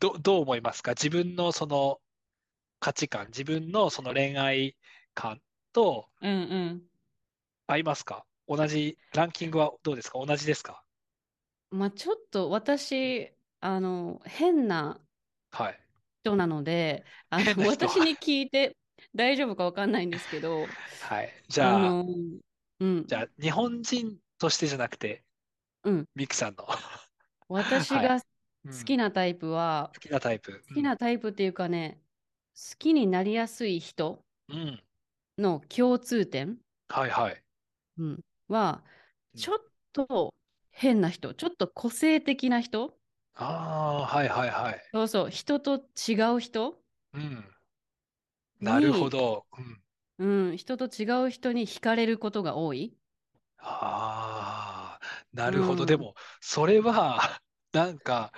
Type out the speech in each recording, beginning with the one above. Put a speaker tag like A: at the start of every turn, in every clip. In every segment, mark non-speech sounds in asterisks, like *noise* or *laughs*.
A: ど、どう思いますか自分のその価値観、自分のその恋愛観と
B: うんうん。
A: 合いますか同じ、ランキングはどうですか同じですか
B: まあ、ちょっと私、あの、変な
A: はい。
B: 人なので、あ
A: 変
B: の、
A: な人
B: 私
A: は。
B: に聞いて大丈夫かわかんないんですけど、
A: はい。 *laughs* じ
B: あ
A: ゃあ、
B: の、う
A: じゃ
B: ん、
A: あ、日本人としてじゃなくて、
B: うん。
A: ミキさんの。
B: 私
A: はい。
B: が好
A: うん。
B: きなタイプは、
A: 好きなタイプ。
B: 好
A: う。
B: きなんタイプっていうかね、好きになりやすい人
A: うん。
B: の共通点、
A: はいはい。
B: うん、は、
A: う
B: ち
A: ん。
B: ょっと変な人、ちょっと個性的な人、
A: ああ、はいはいはい。
B: そうそう、人と違う人
A: うん。なるほ
B: に、
A: ど。うん。
B: うん、人と違う人に惹かれることが多い。
A: ああ、な
B: う
A: るほど。で
B: ん。
A: も、それは、 *laughs* なんか、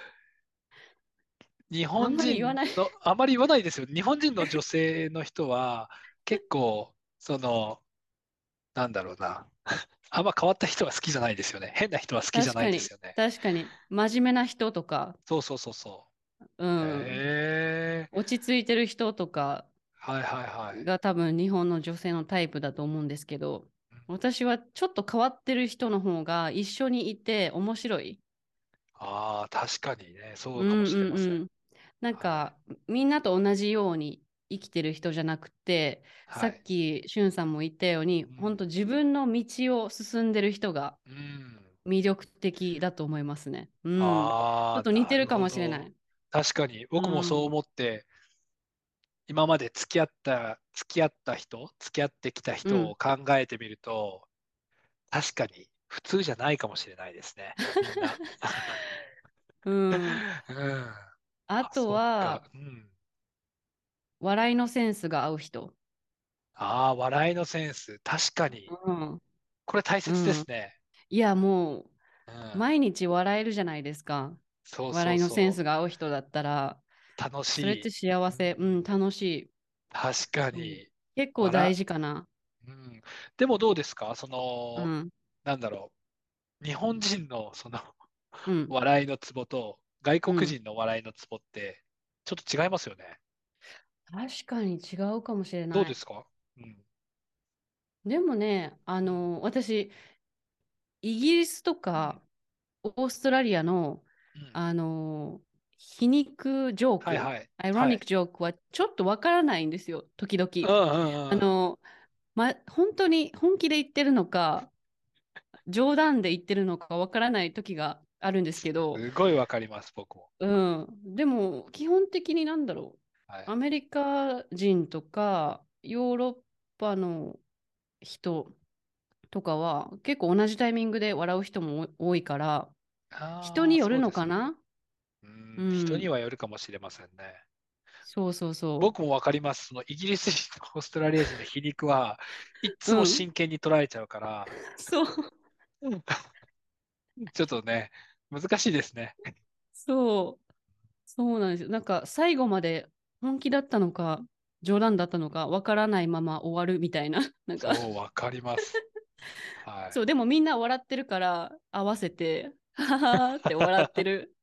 A: 日
B: あ
A: 本
B: んまり言わ
A: 人
B: ない。
A: の、あまり言わないですよ。日本人の女性の人は、結構、その、なんだろうな。 *laughs* あんま変わった人は好きじゃないですよね。変な人は好きじゃ
B: 確
A: ない
B: か
A: です
B: に、
A: よね。
B: 確かに、真面目な人とか、
A: そうそうそうそうう。
B: ん、
A: へえ、
B: 落ち着いてる人とか
A: はいはいはい。
B: が多分日本の女性のタイプだと思うんですけど、
A: うん
B: 私はちょっと変わってる人の方が一緒にいて面白い。
A: ああ、確かにね、そううかも
B: ん
A: しれ
B: うん
A: ません。
B: うん。なん
A: はい。
B: か、みんなと同じように生きてる人じゃなくて、
A: は
B: さっ
A: い。
B: きしゅんさんも言ったように、
A: う
B: 本当
A: ん。
B: 自分の道を進んでる人が
A: うん。
B: 魅力的だと思いますね。うん。ちょっ
A: ああ、
B: と似
A: な
B: て
A: る
B: るか
A: ほ
B: もしれな
A: ど。
B: い。
A: 確かに、
B: う。
A: 僕もそうん思って、今まで付き合った、付き合った人、付き合ってきた
B: う
A: 人を
B: ん。
A: 考えてみると、確かに普通じゃないかもしれないですね、み
B: *laughs*
A: んな。
B: うん。
A: うん。
B: あ
A: あ、
B: と
A: そっか。
B: は、
A: うん。
B: 笑いのセンスが合う人。
A: ああ、笑いのセンス。確かに。
B: うん。
A: これ大切で
B: う
A: す
B: ん。
A: ね。
B: いや、も
A: う
B: う、
A: ん。
B: 毎日笑えるじゃないですか。
A: そうそ
B: 笑
A: う
B: いのセン
A: そ
B: スが合う人だったら、
A: う。楽
B: それっ
A: してい。
B: 幸
A: う
B: せ。
A: ん。
B: うん、楽しい。
A: 確か
B: うん。
A: に。
B: 結構大
A: 笑、
B: 事かな。
A: うん。でもどうですかそうの、
B: ん。
A: なんだろう。日本人のその、
B: うん。
A: 笑いのツボと外
B: う
A: 国
B: ん。
A: 人の笑いのツボってちょっと違いますよね。
B: 確かに違うかもしれ
A: どう
B: な
A: で
B: い。
A: すかうん。
B: でもね、あ
A: うん。
B: の、私、イギリスと
A: う
B: か、
A: ん。
B: オーストラリアの、
A: うん
B: あのー皮肉ジョー
A: はい
B: ク、
A: はい。
B: アイロ
A: は
B: ニック
A: い。
B: ジョークはちょっとわからないんですよ、時々。
A: うんうん
B: あ
A: うん。
B: のーま、本当に本気で言ってるのか、冗談で言ってるのかわからない時があるんです
A: す
B: けど、
A: すごいわかります、僕も。
B: うん、でも基本的になんだろ
A: は
B: う、ア
A: い。
B: メリカ人とかヨーロッパの人とかは結構同じタイミングで笑う人も多いから、人
A: あ
B: に
A: あ、
B: よる
A: そう
B: の
A: で
B: か
A: すよね。
B: な
A: う、
B: うん
A: 人に
B: ん。
A: はよるかもしれませんね。
B: そうそうそ
A: 僕もわかります。そのイギリス人とオーストラリア人の皮肉はいっ
B: う。
A: つも
B: うん。
A: 真剣に捉えちゃうから、
B: そう。
A: うんちょっとね、難しいですね。
B: そう。そうなんですよ。なんか最後まで本気だったのか、冗談だったのか、わからないまま終わるみたいな。なんか、
A: そう、わかります。は
B: *laughs* そう、
A: い。
B: でもみんな笑ってるから、合わせて、はははって笑っ
A: *laughs*
B: てる。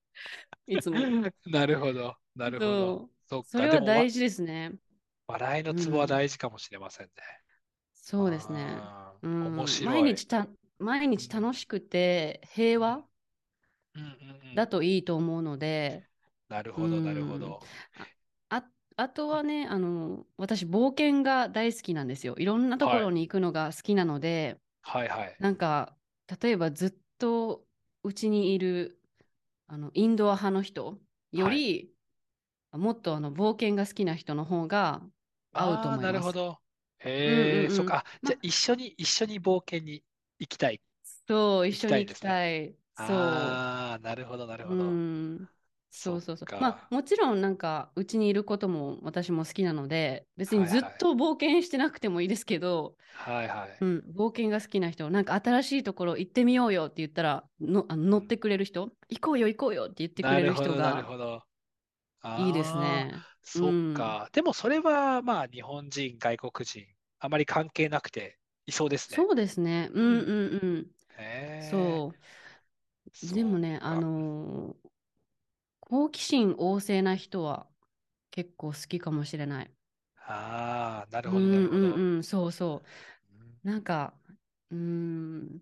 B: いつも。
A: なるほど、なるほど。そ
B: そう。
A: っ
B: そ
A: か、
B: れ
A: で
B: は
A: もわ、
B: 大事ですね。
A: 笑いの
B: う
A: ツボは
B: ん。
A: 大事かもしれませんね。
B: そうですね。
A: あ
B: う
A: あ、面
B: ん。毎
A: 白い。
B: 日た、毎
A: う
B: 日楽
A: ん、
B: しくて、平
A: う
B: 和
A: ん、うん、うん、う
B: だ
A: ん。
B: といいと思うので、
A: なる
B: う
A: ほど、なるほ
B: ん。
A: ど。
B: あ、あ、あとはね、あの、私、冒険が大好きなんですよ。いろんなとこ
A: は
B: ろ
A: い、
B: に行くのが好きなので、
A: はい、はい。
B: なんか、例えばずっとうちにいる、あの、インドア派の人よ
A: はい。
B: り、もっとあの、冒険が好きな人の方が合うと
A: ああ、
B: 思い
A: なる
B: ま
A: ほ
B: す。
A: ど。
B: うん
A: へえ、
B: うん
A: そっ
B: う
A: か。
B: ん。
A: あ、じゃあ
B: ま、
A: 一緒に、一緒に冒険に行きたい、
B: そう、一
A: 行き
B: 緒
A: た
B: に
A: いん
B: 行
A: で
B: き
A: すね。
B: たい。そ
A: ああ、なるほど、なる
B: う。
A: ほど。
B: うん。そ
A: そうっ
B: そうそう。まあ、
A: か。
B: もちろんなんか、うちにいることも私も好きなので、別に
A: はい、
B: ずっ
A: はい。
B: と冒険してなくてもいいですけど、
A: はい、はい。
B: うん、冒険が好きな人、なんか新しいところ行ってみようよって言ったら、の、あの乗
A: う
B: って
A: ん
B: くれる人、行こうよ行こうよって言ってく
A: な
B: れ
A: る
B: る
A: ほ
B: 人
A: ど、なる
B: が
A: ほど。
B: いいです
A: ああ、
B: ね。う
A: そっ
B: ん。
A: か。でもそれはまあ日本人、外国人、あまり関係なくていそうですね。
B: そうですね。う
A: うんん。
B: うんうん。
A: へえ、
B: そう。でも
A: そ
B: ね、
A: う
B: あ
A: か。
B: のー好奇心旺盛な人は結構好きかもしれない。
A: ああ、なる
B: う
A: ほど、なる
B: ん
A: ほ
B: う
A: ど。
B: んうん、そうそうう。なんか、うーん、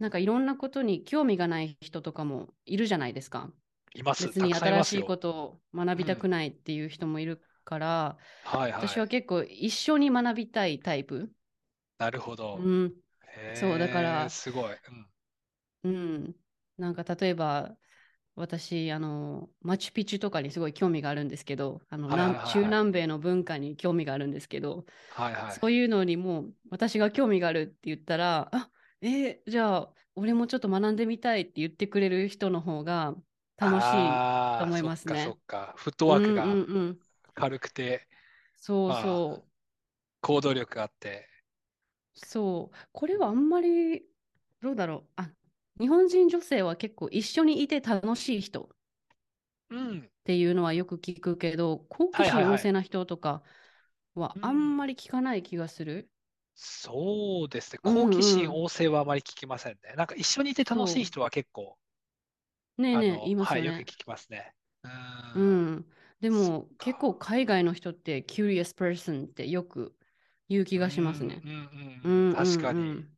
B: なんかいろんなことに興味がない人とかもいるじゃないですか。
A: んいます。
B: 別
A: た
B: に
A: くさんいま
B: 新
A: す
B: しい
A: よ。
B: ことを学びたくないっていう人もいるから、
A: はいは。
B: 私はい結構一緒に学びたいタイプ。
A: なるほ
B: う
A: ど。
B: ん、そうだか
A: へえ、
B: ら、
A: すごい。うん。
B: うん、なんか例えば私あのマチュピチュとかにすごい興味があるんですけどあの
A: はいはい
B: 南中
A: はい
B: 南米の文化に興味があるんですけど
A: はい。はいは
B: そ
A: い。
B: ういうのにもう私が興味があるって言ったらあえーじゃあ俺もちょっと学んでみたいって言ってくれる人の方が楽しいと
A: ああ、
B: 思い
A: そ
B: ま
A: っ
B: す
A: かそ
B: ね。
A: っか。フット
B: う
A: ワーク
B: んう
A: が
B: んうん。
A: 軽くて、
B: そう
A: まあ、
B: そう。
A: 行動力があって。
B: そう、これはあんまり、どうだろう。あ、日本人女性は結構一緒にいて楽しい人っ
A: うん。
B: ていうのはよく聞くけど、好奇
A: はいはい
B: 心旺
A: はい。
B: 盛な人とかは
A: う
B: あん
A: ん。
B: まり聞かない気がする。
A: そうですね。
B: う
A: 好奇
B: んう
A: 心
B: ん。
A: 旺盛はあまり聞きませんね。なんか一緒にいて楽しい
B: そ
A: 人は結構、
B: う。ねえ
A: あ
B: ねえ、言
A: の、
B: います
A: は
B: よ
A: い、よく聞
B: ね。
A: きますね。うー。
B: うんん。で
A: そっ
B: も結構
A: か。
B: 海外の人って curious person ってよく言う気
A: うん
B: がします
A: うん
B: ね。
A: うん
B: う
A: うん。
B: んう
A: 確
B: ん
A: か
B: う
A: に。
B: ん。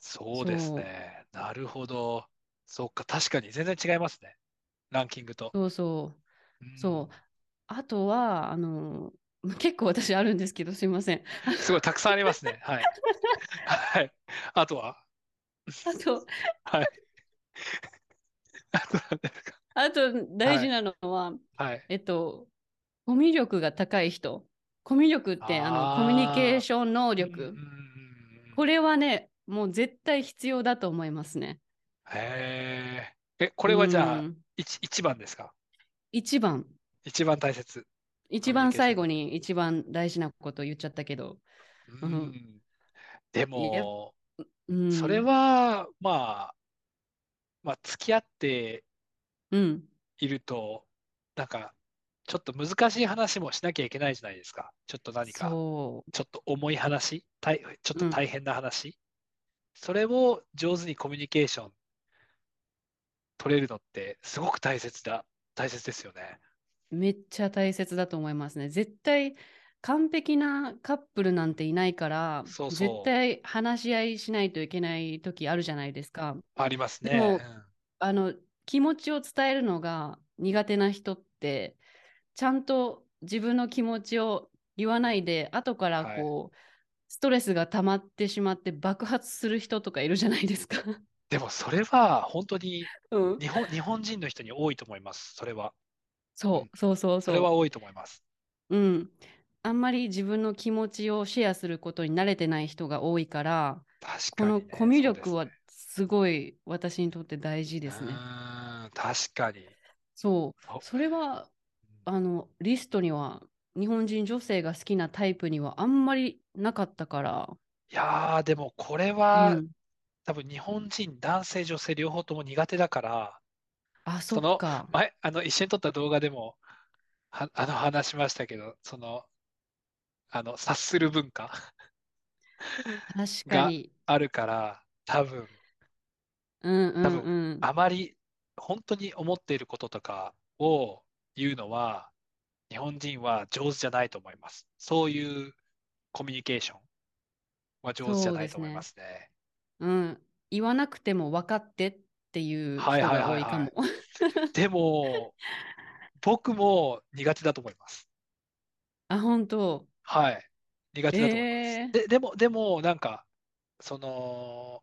A: そうです
B: そう。
A: ね。なるほど。そっか。確かに全然違いますね。ランキングと。
B: そうそう。
A: う
B: そう。
A: ん。
B: あとは、あの、 *laughs* まあ結構私あるんですけど、すいま
A: *laughs*
B: せん。あの
A: すごい、たくさんありますね。はい。はい。あとは
B: あと、
A: はい。あと何ですか
B: あと大
A: は
B: 事
A: い。
B: なのは、
A: はい。
B: えっと、コミュ力が高い人。コミュ力って、あの、コミュニケー
A: あ
B: ション能
A: ー。うんうんうん
B: 力。
A: うん
B: これはね、もう絶対必要だと思いますね。
A: へえ。え、こ
B: う
A: れはじゃあ、
B: ん。
A: 一一番ですか
B: 一番。
A: 一番大切。コミュニ
B: 一
A: ケー
B: 番
A: ショ
B: 最
A: ン能
B: 後
A: 力。
B: に一番大事なこと言っちゃったけど。
A: う
B: うん。
A: ん。で
B: やっ、
A: も、
B: う
A: それ
B: ん。
A: は、まあ、まあ、付き合って
B: うん。
A: いると、なんか、ちょっと難しい話もしなきゃいけないじゃないですか。ちょっと何か、
B: そ
A: ちょっと重い話、たい、ちょっ
B: う。
A: と
B: うん。
A: 大変な話。それを上手にコミュニケーション取れるのって、すごく大切だ、大切ですよね。
B: めっちゃ大切だと思いますね。絶対完璧なカップルなんていないから、
A: そう
B: 絶
A: そう、
B: 対話し合いしないといけない時あるじゃないですか。
A: あります
B: で
A: ね。う
B: も、
A: ん
B: あの、気持ちを伝えるのが苦手な人って、ちゃんと自分の気持ちを言わないで、後から
A: はい。
B: こう、ストレスが溜まってしまって爆発する人とかいるじゃないですか。
A: でもそれは本当に
B: うん。
A: 日本、日本人の人に多いと思います。それは。うん。
B: *laughs* そう、そうそう
A: それは
B: そ
A: 多いと思います。
B: う。うん。あんまり自分の気持ちをシェアすることに慣れてない人が多いから、
A: 確
B: こ
A: か
B: の
A: に
B: コ
A: ね、
B: ミ
A: そ
B: ュ
A: うです
B: 力
A: ね。
B: はすごい私にとって大事
A: う
B: ですね。
A: ーん、確かに。
B: そう、
A: お
B: それはあのリストには日本人女性が好きなタイプにはあんまりなかったから、
A: いやー、でもこれ
B: う
A: は
B: ん。
A: 多分日本人、男性、女性両方とも苦手だから、
B: あ、そ
A: そ
B: っ
A: の
B: か。
A: 前、あの一緒に撮った動画でもはあの話しましたけど、その、あの察する文化
B: 確か
A: が
B: に。
A: あるから、多分、
B: うん
A: 多
B: うん
A: 分、
B: うん。
A: あまり本当に思っていることとかを言うのは、日本人は上手じゃないと思います。そういうコミュニケーションは上手じゃ
B: そう
A: な
B: で
A: いと
B: す
A: 思いま
B: ね。
A: すね。
B: うん。言わなくても分かってっていう
A: はい
B: 人
A: はい
B: が
A: は
B: 多
A: い
B: いか
A: は
B: も。 *laughs*
A: い。でも、僕も苦手だと思います。
B: あ、本当。
A: はい。苦手だと思います。
B: えー、
A: で、でも、でも、なんか、その、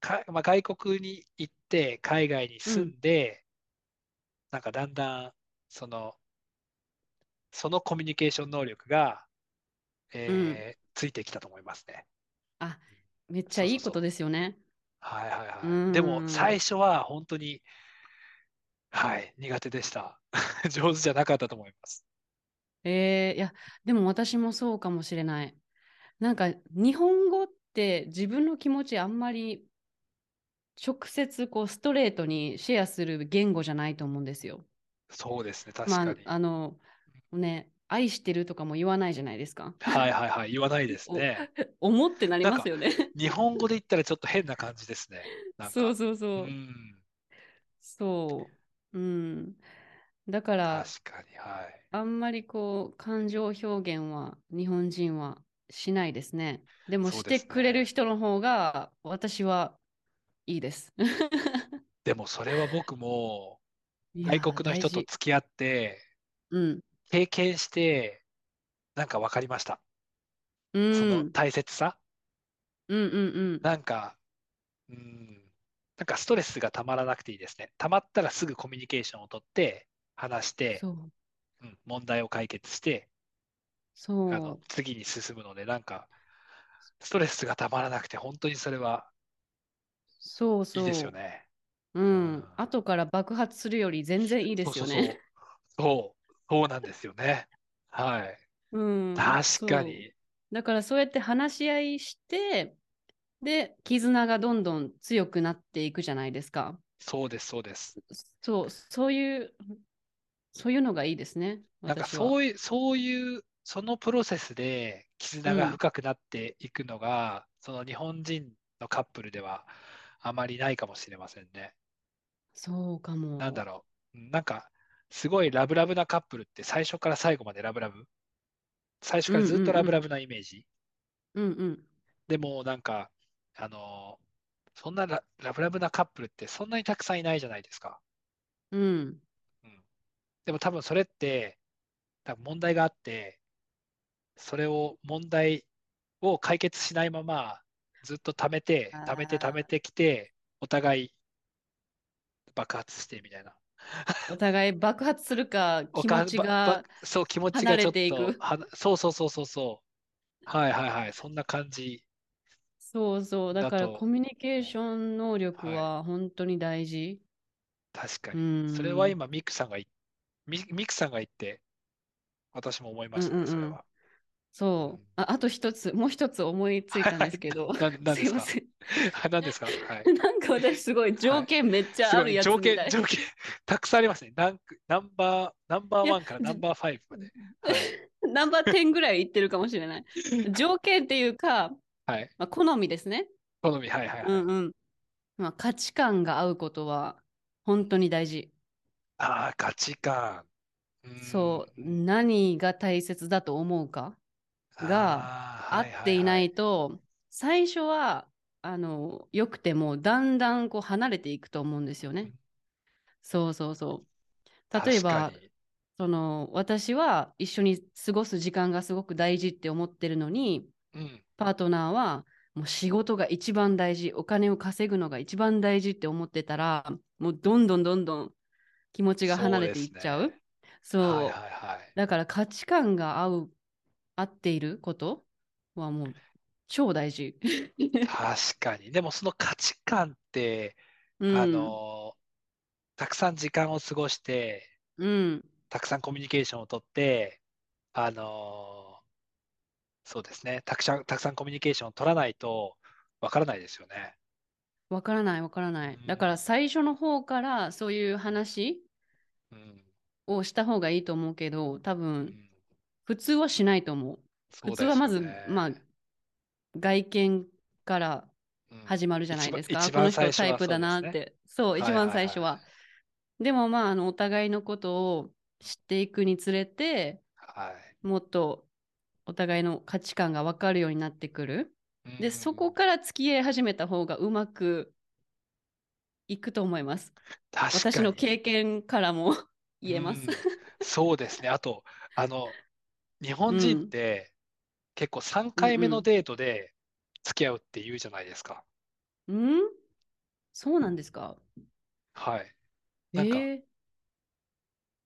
A: か、まあ、外国に行って、海外に
B: う
A: 住
B: ん。
A: んで、なんかだんだん、その、そのコミュニケーション能力が、
B: うん。
A: えーついてきたと思いますね。
B: あ、めっち
A: そ
B: ゃ
A: う
B: い
A: そう
B: いこ
A: そう。
B: とですよね。
A: はいはいうはい。でも、
B: ん。
A: 最初は本当に、はい、苦手でした。 *laughs* 上手じゃなかったと思います。
B: えー、いや、でも私もそうかもしれない。なんか日本語って自分の気持ちあんまり直接こうストレートにシェアする言語じゃないと思うんですよ。
A: そうですね、確
B: ま
A: か
B: あ、
A: に。
B: あのね、愛してるとかも言わないじゃないですか。
A: はいはいはい、言わないです
B: お、
A: ね。
B: 思ってなり
A: なん
B: ま
A: か、
B: すよね
A: 日本
B: *laughs*
A: 語で言ったらちょっと変な感じですね。なん
B: そう
A: か、
B: そう
A: う
B: そう。
A: ん、
B: そう。うん。だから、
A: 確かに、はい。
B: あんまりこう、感情表現は日本人はしないですね。でも、
A: そう
B: し
A: で
B: て
A: す
B: くれる
A: ね。
B: 人の方が、私はいいです。
A: でもそれは僕も
B: い
A: 外
B: やー、
A: 国の
B: 大
A: 人と
B: 事。
A: 付き合って
B: うん。
A: 経験してなんか分かりました。
B: う
A: その
B: ん。
A: 大切さ。
B: うんうんうん。
A: なんか、うん、なんかストレスがたまらなくていいですね。たまったらすぐコミュニケーションを取って話して、
B: そう。
A: うん、問題を解決してあの
B: そう。
A: 次に進むので、なんかストレスがたまらなくて本当にそれは
B: そ
A: いい
B: う
A: ですよ
B: そ
A: ね。
B: う。
A: う、
B: うんん。後から爆発するより全然いいで
A: そう
B: す
A: そ
B: よ
A: う
B: ね。
A: そう。そう、そうなんですよね。はい。
B: うん。
A: 確か
B: そう。
A: に。
B: だからそうやって話し合いして、で、絆がどんどん強くなっていくじゃないですか。
A: そうです、そうです。
B: そう、そういう、そういうのがいいですね、
A: なんか
B: 私は。
A: そういう、そういう、そのプロセスで
B: う
A: 絆が
B: ん、
A: 深くなっていくのが、その日本人のカップルではあまりないかもしれませんね。
B: そうか
A: なんだ
B: も。
A: ろう。うんなんか、すごいラブラブなカップルって最初から最後までラブラブ。最初
B: う
A: から
B: ん
A: ずっ
B: う
A: と
B: ん
A: ラ
B: う
A: ブラ
B: ん、
A: ブなイメージ。
B: うんうん。
A: でもなんか、あのーそんなラ、ラブラブなカップルってそんなにたくさんいないじゃないですか。
B: うん、
A: うん、でも多分それって、多分問題があって、それを問題を解決しないままずっと貯めて貯めて貯め
B: あー
A: てきてお互い爆発してみたいな。
B: お互い爆発するか、
A: お
B: 気持
A: か
B: ち
A: ばば
B: が
A: そう気持ち
B: 離
A: がち
B: れ
A: ょって
B: い
A: と
B: く。
A: はなそうそうそうそうそうはいはいはいそんな感じ
B: そうそう、だ
A: だ
B: からコ
A: と
B: ミュニケー
A: 思
B: ション能
A: う。
B: 力
A: はい、
B: は本当に大事。
A: 確か
B: う
A: にそれは
B: ん、
A: 今ミクさんがいミ、ミクさんが言って私も思いま
B: うん
A: した
B: う
A: ね
B: ん
A: そうれ
B: ん。
A: は。う
B: そう。
A: ん、
B: あ、あと一つ、もう一つ思いつい
A: はい
B: たん
A: は
B: です
A: い
B: けど、
A: な、ななん
B: *laughs*
A: で
B: すい
A: す
B: ま
A: か
B: せん。
A: *laughs* はい何ですかはい。
B: *laughs* なんか私すごい
A: は
B: 条
A: い。
B: 件めっち
A: す
B: ゃあ
A: ご
B: る
A: い、
B: や
A: 条
B: つみ
A: 件、
B: たい。
A: 条件、たくさんありますね。ランク、ナンバー、ナンバー
B: いや、
A: ワンからナン
B: じ
A: バーファイブまで。はい。
B: *laughs* ナンバー10ぐらいいってるかもしれない。
A: *laughs*
B: 条件っていうか、
A: はい。
B: まあ、好みですね。
A: 好み、はいはいは
B: う
A: い。
B: んうん。まあ、価値観が合うことは本当に大事。
A: ああ、価値観。うーん。
B: そう、何が大切だと思うかが
A: ああ、
B: 合
A: はい
B: っ
A: はい
B: てい
A: は。
B: ないいと、最初は、あの、良くても、だんだんこう離れていくと思うんですよ
A: う
B: ね。
A: ん
B: そうそうそう。例え
A: 確か
B: ば、
A: に。
B: その私は一緒に過ごす時間がすごく大事って思ってるのに
A: うん。
B: パートナーはもう仕事が一番大事お金を稼ぐのが一番大事って思ってたらもうどんどんどんどん気持ちが離
A: そうで
B: れていっ
A: す
B: ちゃう
A: ね。はい
B: そ
A: はいは
B: う *laughs*
A: い。
B: だから価値観が合う合っていることはもう超大
A: *laughs*
B: 事
A: 確かに。でもその価値観って、
B: う
A: あ
B: ん
A: のたくさん時間を過ごして、
B: うん
A: たくさんコミュニケーションをとって、あのそうですね。たくさん、たくさんコミュニケーションを取らないとわからないですよね。
B: わからないわから
A: う
B: ないだから
A: ん。
B: 最初の方からそういう話
A: うん。
B: をした方がいいと思うけど多
A: う
B: 分
A: ん。
B: 普通はしないと思う。普
A: そう
B: 通
A: で
B: は
A: す
B: ま
A: よ
B: ず、まあ、
A: ね。
B: 外見から
A: うん。
B: 始まるじゃな
A: 一
B: い
A: 番、
B: ですか。
A: 一
B: あこ
A: 番
B: の人
A: 最初
B: タイ
A: は
B: プ
A: そ
B: だ
A: うです
B: なっ
A: ね。
B: て。そう、一
A: はいは
B: 番
A: い
B: 最
A: は
B: 初
A: い。
B: は。でもまあ、あの、お互いのことを知っていくにつれて、
A: はい。
B: もっとお互いの価値観が分かるようになってくる。
A: う
B: で、そこ
A: ん。
B: から付き合い始めた方がうまくいくと思います。
A: 確
B: 私
A: か
B: の
A: に。
B: 経験からも
A: う
B: 言えます。
A: ん。そうですね。あと、あの、日
B: う
A: 本人っ
B: ん、
A: て結構3
B: うん、
A: 回
B: う
A: 目の
B: ん。
A: デートで付き合うって言うじゃないですか。
B: うんそうなんですか
A: はい。なんか、
B: ええ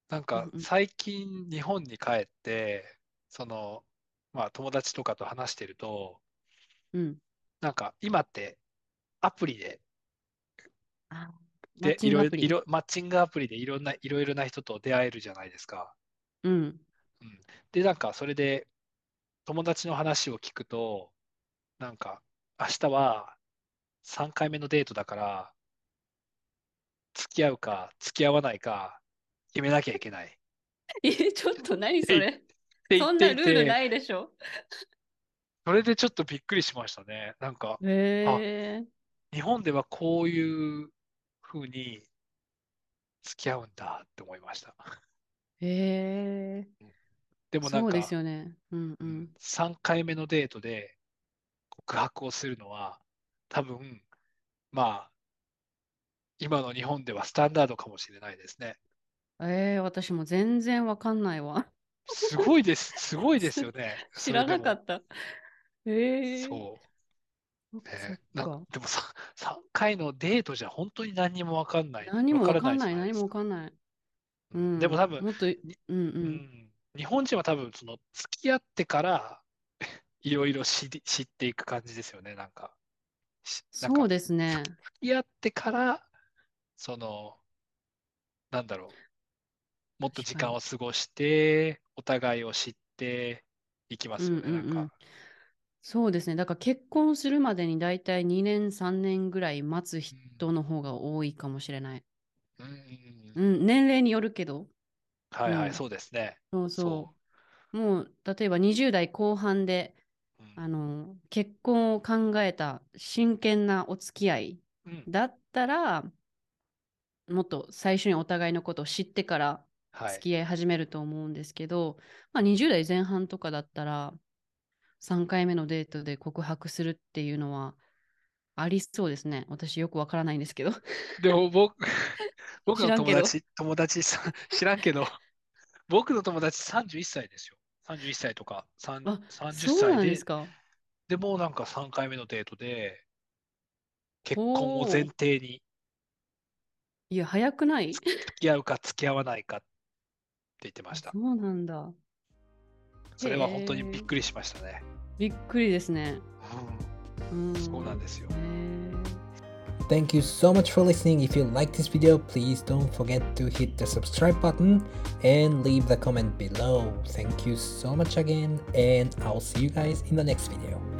A: なん
B: うん
A: か
B: うん。
A: 最近日本に帰って、その、まあ友達とかと話してると、
B: うん。
A: なんか今ってアプリで、
B: あ、マッ
A: で、
B: チ
A: い
B: ング
A: ろ
B: ア
A: いろ、
B: プ
A: い
B: リ。
A: ろマッチングアプリでいろんな、いろいろな人と出会えるじゃないですか。
B: うん。
A: うん。で、なんかそれで友達の話を聞くと、なんか明日は3回目のデートだから、付き合うか付き合わないか決めなきゃいけない。っ
B: え、ちょっと何
A: て
B: そ
A: 言っ
B: れ。
A: て言っ
B: そん
A: て
B: ないルール
A: て、
B: ないでしょ。
A: それでちょっとびっくりしましたね。なんか、あ、
B: へえ。
A: 日本ではこういうふうに付き合うんだって思いました。
B: ええ
A: でもなん
B: そうで
A: か、
B: すよね。うんう。
A: うんん、3回目のデートで告白をするのは、多分、まあ、今の日本ではスタンダードかもしれないですね。
B: ええ私も全然わかんない
A: *laughs*
B: わ。
A: すごいです。
B: *laughs*
A: すごいですよね。
B: 知
A: それ
B: ら
A: で
B: なか
A: も、
B: った。ええ
A: そ
B: そっ
A: う。
B: かそっ
A: ね、な、
B: か。
A: でもさ、3回のデートじゃ本当に何にもわかんない、
B: 何
A: わ
B: も
A: か
B: わ
A: らな
B: か
A: い
B: ん
A: じゃ
B: ない、
A: ないで
B: 何
A: す
B: もわ
A: か。
B: かんない。
A: う、
B: うん
A: でも
B: ん。
A: 多分、
B: もっと、
A: に
B: うんう。
A: うんん、日本人は多分、その、付き合ってから、 *laughs* いろいろ知り、知っていく感じですよね。なんか、しなん
B: そう
A: か、
B: です
A: 付
B: ね。
A: き合ってから、その、なんだろう、もっと
B: 確
A: 時
B: か
A: 間
B: に。
A: を過ごして、お互いを知っていきま
B: うん
A: すよ
B: う
A: ね、なん
B: んうん。
A: か。
B: そうですね。だから結婚するまでに大体2年3年ぐらい待つ
A: うん、
B: 人の方が多いかもしれない。
A: うん、うんう
B: うんん、年齢によるけど。
A: は
B: う
A: いはい、
B: ん。
A: そうですね。
B: そう
A: そ
B: そう。もう例えば20代後半で、
A: う。うん、
B: あの、結婚を考えた真剣なお付き合い
A: うん、
B: だったら、もっと最初にお互いのことを知ってから
A: は
B: 付
A: い。
B: き合い始めると思うんですけど、まあ、20代前半とかだったら3回目のデートで告白するっていうのはありそうですね。私よくわからないんですけど。
A: でも、
B: *laughs*
A: 僕、僕
B: 知
A: の
B: らん
A: 友
B: けど。
A: 達、友達 *laughs* さん、知らんけど、僕の友達31歳ですよ。31歳とか、3、
B: あ、 *laughs*
A: 30
B: そう
A: 歳
B: なんです
A: で、
B: か。
A: でもうなんか3回目のデートで、結婚を前
B: ほう。
A: 提に、
B: いや、早くない
A: つ付き合うか付き合わないかって言ってま
B: あ、
A: し
B: そ
A: た。
B: うなんだ。
A: それは本当に
B: へ
A: びっ
B: え。
A: くりしましたね。
B: びっくりですね。
A: うん
B: う
A: そうなん
B: ん。
A: ですよ。
B: へえ。
C: Thank you so much for listening. If you like this video, please don't forget to hit the subscribe button and leave the comment below. Thank you so much again, and I'll see you guys in the next video.